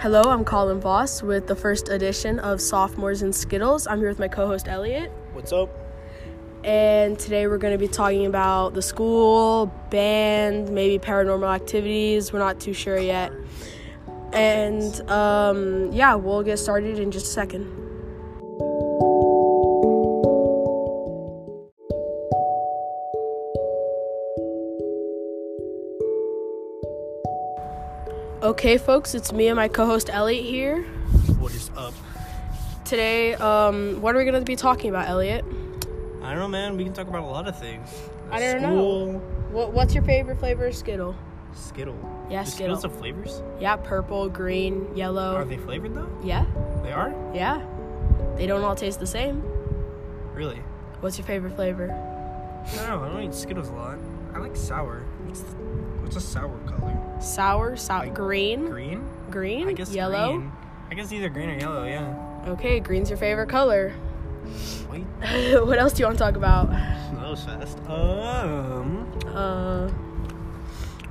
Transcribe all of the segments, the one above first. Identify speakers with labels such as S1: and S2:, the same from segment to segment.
S1: Hello, I'm Colin Voss with the first edition of Sophomores and Skittles. I'm here with my co host Elliot,
S2: What's up?
S1: and today we're going to be talking about the school, band, maybe paranormal activities. We're not too sure yet. And um, yeah, we'll get started in just a second. Okay, folks, it's me and my co host Elliot here.
S2: What is up?
S1: Today, um, what are we going to be talking about, Elliot?
S2: I don't know, man. We can talk about a lot of things.
S1: I don't know.
S2: School,
S1: What, what's your favorite flavor of Skittle?
S2: Skittle.
S1: Yeah,
S2: Do
S1: Skittle.
S2: Skittles have flavors?
S1: Yeah, purple, green,
S2: Are
S1: yellow.
S2: they flavored though?
S1: Yeah,
S2: They are.
S1: yeah. They don't all taste the same.
S2: Really?
S1: What's your favorite flavor?
S2: No, I don't eat Skittles a lot. I like sour. What's, what's a sour color?
S1: Sour, sour,
S2: Like
S1: green,
S2: Green?
S1: green,
S2: I guess
S1: yellow.
S2: Green. I guess either green or yellow. Yeah.
S1: Okay, green's your favorite color.
S2: Wait.
S1: what else do you want to talk about?
S2: That was fast. Um.
S1: Uh,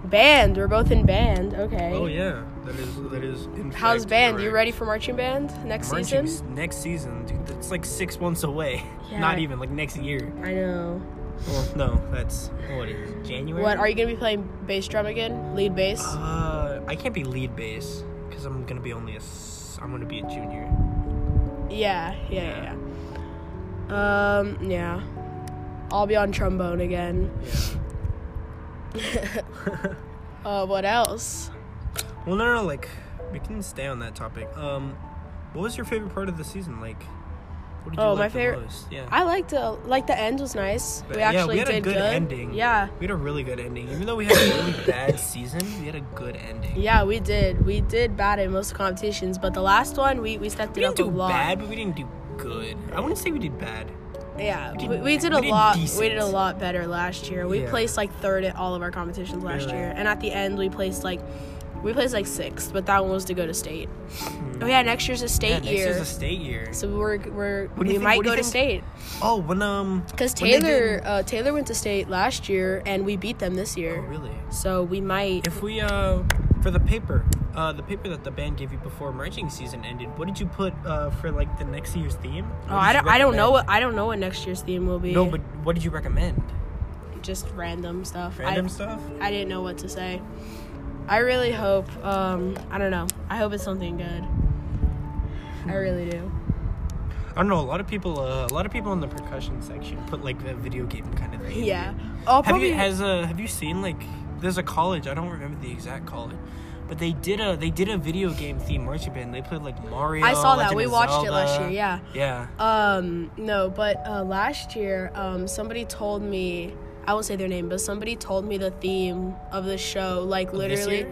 S1: band. We're both in band. Okay.
S2: Oh yeah. That is that is. In
S1: How's
S2: fact
S1: band? You
S2: correct.
S1: ready for marching band next season?
S2: Marching s- Next season, dude. It's like six months away.
S1: Yeah.
S2: Not even like next year.
S1: I know.
S2: Well, no, that's what is it, January.
S1: What are you gonna be playing bass drum again? Lead bass.
S2: Uh, I can't be lead bass because I'm gonna be only a. s- I'm gonna be a junior.
S1: Yeah, yeah, yeah,
S2: Yeah.
S1: yeah. Um, yeah. I'll be on trombone again.
S2: Yeah.
S1: Uh, what else?
S2: well, no, no, like we can stay on that topic. Um, what was your favorite part of the season? Like, what did you
S1: Oh,
S2: like
S1: my
S2: the
S1: favorite-
S2: most? Yeah.
S1: I liked the like the end was nice. We
S2: Yeah, we
S1: actually
S2: had a
S1: did
S2: good
S1: good.
S2: ending.
S1: Yeah,
S2: we had a really good ending, even though we had a really bad season. We had a good ending.
S1: yeah, we did. We did bad in most competitions, but the last one we we stepped
S2: We
S1: it up
S2: didn't
S1: a
S2: do
S1: lot.
S2: bad, but we didn't do good. I wouldn't say we did bad.
S1: Yeah, we
S2: did-
S1: we, did a
S2: we did
S1: lot. We
S2: decent.
S1: did a lot better last year. We
S2: Yeah.
S1: placed like third at all of our competitions last
S2: Really?
S1: year, and at the end we placed like we placed like sixth, but that one was to go to state. Oh yeah, next year's a state
S2: Hmm. yeah, next
S1: year.
S2: year's a state year.
S1: So we're we're
S2: What do
S1: we
S2: you think-
S1: might
S2: what do
S1: go to
S2: you think-
S1: state
S2: Oh, when um,
S1: because
S2: when they
S1: Taylor
S2: did-
S1: uh, Taylor went to state last year and we beat them this
S2: Oh,
S1: year.
S2: really?
S1: So we might.
S2: If we uh for the paper, uh the paper that the band gave you before marching season ended, what did you put uh for like the next year's theme? What
S1: Oh,
S2: did
S1: I
S2: you
S1: don't I don't know what
S2: recommend?
S1: I don't know what next year's theme will be.
S2: No, but what did you recommend?
S1: just random stuff.
S2: Random
S1: I,
S2: stuff?
S1: I didn't know what to say. I really hope. Um, I don't know. I hope it's something good. I really do.
S2: I don't know, a lot of people uh, a lot of people in the percussion section put like a video game kind of thing.
S1: Yeah. I'll
S2: Have
S1: probably
S2: you has uh have you seen like there's a college, I don't remember the exact college. But they did a they did a video game theme marching band. They played like Mario.
S1: I saw that.
S2: Legend
S1: We
S2: of
S1: watched it last year.
S2: Zelda.
S1: Yeah.
S2: Yeah.
S1: Um, no, but uh, last year, um, somebody told me, I won't say their name, but somebody told me the theme of the show, like
S2: This
S1: literally.
S2: year?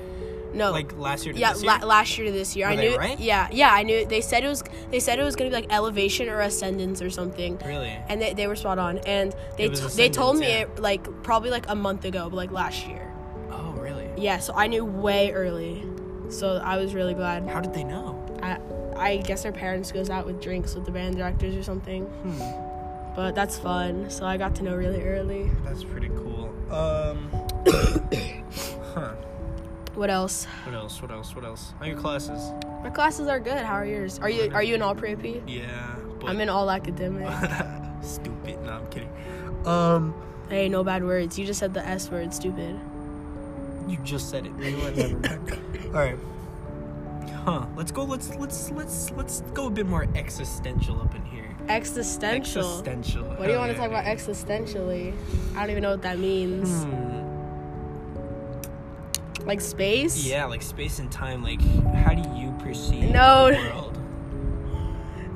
S1: No.
S2: Like last year to
S1: yeah,
S2: this year?
S1: La- last year to this year, I
S2: Were they
S1: knew.
S2: right?
S1: Yeah, yeah, I knew. They said it was. They said it was gonna be like elevation or ascendance or something,
S2: really?
S1: and they, they were spot on. And they
S2: It was
S1: t- they told me
S2: ascendance,
S1: it like probably like a month ago, but like last year.
S2: Oh really?
S1: Yeah, so I knew way early, so I was really glad.
S2: How did they know?
S1: I I guess our parents goes out with drinks with the band directors or something.
S2: Hmm.
S1: But that's fun. So I got to know really early.
S2: That's pretty cool. Um, huh.
S1: What else?
S2: What else? What else? What else? Are your classes?
S1: My classes are good. How are yours? Are you are you in all pre AP?
S2: Yeah. But
S1: I'm in all academic.
S2: Stupid. No, I'm kidding. Um,
S1: hey, no bad words. You just said the S word, stupid.
S2: you just said it. You know what? Never mind. All right. Huh. Let's go. Let's let's let's let's go a bit more existential up in here.
S1: Existential.
S2: Existential. Oh,
S1: What do you want to talk about existentially? I don't even know what that means.
S2: Hmm.
S1: Like space?
S2: Yeah, like space and time. Like, how do you perceive
S1: No.
S2: the world?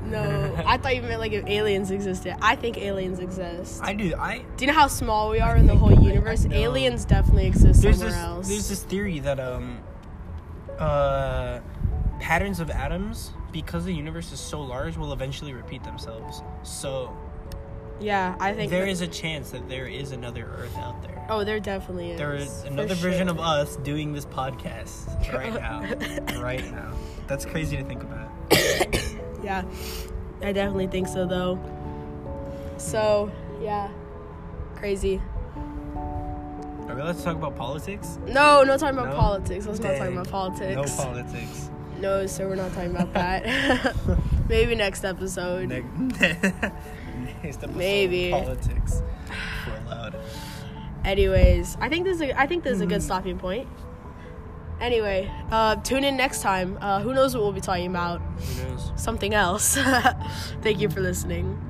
S1: No. I thought you meant like if aliens existed. I think aliens exist.
S2: I do. I
S1: Do you know how small we are in the whole universe?
S2: know.
S1: Aliens definitely exist
S2: there's
S1: somewhere
S2: this,
S1: else.
S2: There's this theory that um, uh, patterns of atoms, because the universe is so large, will eventually repeat themselves. So
S1: yeah, I think
S2: there
S1: that-
S2: is a chance that there is another Earth out there.
S1: Oh, there definitely is.
S2: There is
S1: for
S2: another version
S1: sure.
S2: of us doing this podcast right now. right now. That's crazy to think about.
S1: Yeah, I definitely think so though. So yeah, crazy.
S2: Are we allowed to talk about politics?
S1: No, no talking about
S2: No?
S1: politics. Let's not talk
S2: Dang.
S1: about politics.
S2: No politics.
S1: No, so we're not talking about that. Maybe next episode.
S2: Ne- Next episode,
S1: Maybe.
S2: politics. If we're allowed.
S1: Anyways, I think this is a, I think this is a good stopping point. Anyway, uh, tune in next time. Uh, who knows what we'll be talking about?
S2: Who knows?
S1: Something else. Thank you for listening.